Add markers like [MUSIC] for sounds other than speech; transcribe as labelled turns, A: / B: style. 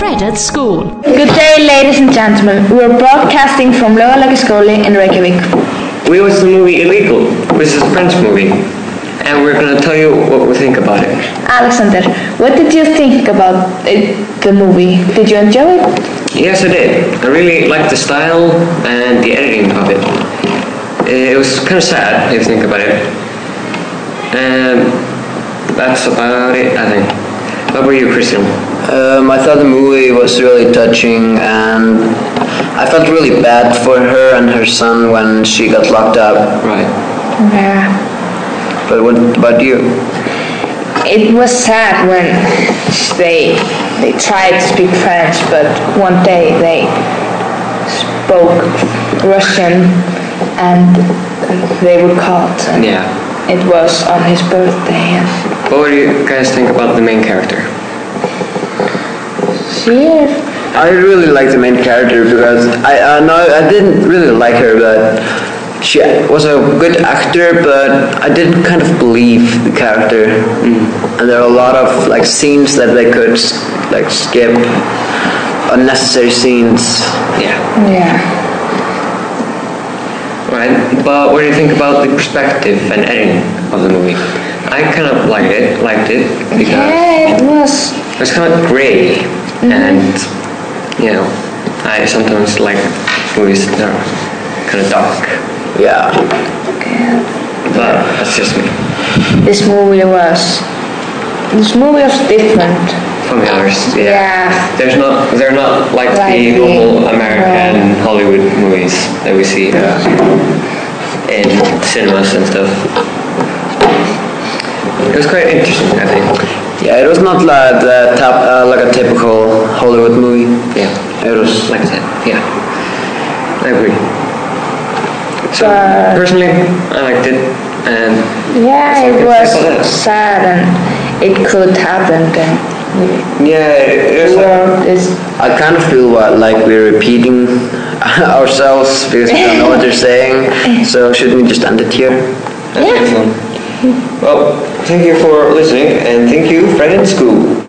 A: night at school.
B: Good day, ladies and gentlemen. We are broadcasting from Lower Lagaskoli in Reykjavik.
C: We watched the movie Illegal, which is a French movie, and we're going to tell you what we think about it.
B: Alexander, what did you think about it, the movie? Did you enjoy it?
C: Yes, I did. I really liked the style and the editing of it. Eh, It was kind of sad, if you think about it. And that's about it, I think. What about you, Christian?
D: Um, I thought the movie was really touching, and I felt really bad for her and her son when she got locked up.
C: Right.
B: Yeah.
D: But what about you?
B: It was sad when they they tried to speak French, but one day they spoke Russian, and they were caught. And
C: Yeah.
B: It was on his birthday. And
C: What do you guys think about the main character?
B: she
D: I really like the main character because I uh, no, I didn't really like her, but she was a good actor. But I did kind of believe the character, and there are a lot of like scenes that they could like skip, unnecessary scenes.
C: Yeah.
B: Yeah.
C: Right. But what do you think about the perspective and editing of the movie? I kind of liked it. Liked it because.
B: Yeah, it was.
C: It's kind of gray,
B: Mm-hmm.
C: and you know, I sometimes like movies that are kind of dark,
D: Yeah,
C: but that's just me.
B: This movie was. This movie was different.
C: From the others, yeah.
B: Yeah.
C: There's not, they're not like,
B: Like
C: the
B: the-
C: normal American Hollywood movies that we see uh, in cinemas and stuff. It was quite interesting, I think.
D: yeah. It was not like the top, uh, like a typical Hollywood movie.
C: Yeah,
D: It was
C: like I said, yeah, I agree. So
B: But-
C: personally, I liked it, and
B: Yeah, it
C: Yeah.
B: was sad and it could happen. Then
C: Yeah, it
B: the
C: was like,
B: world is
D: I kind of feel what, like we're repeating [LAUGHS] ourselves because we don't know what they're saying. So shouldn't we just end it here?
C: that's good one. Well, thank you for listening, and thank you, friend in school.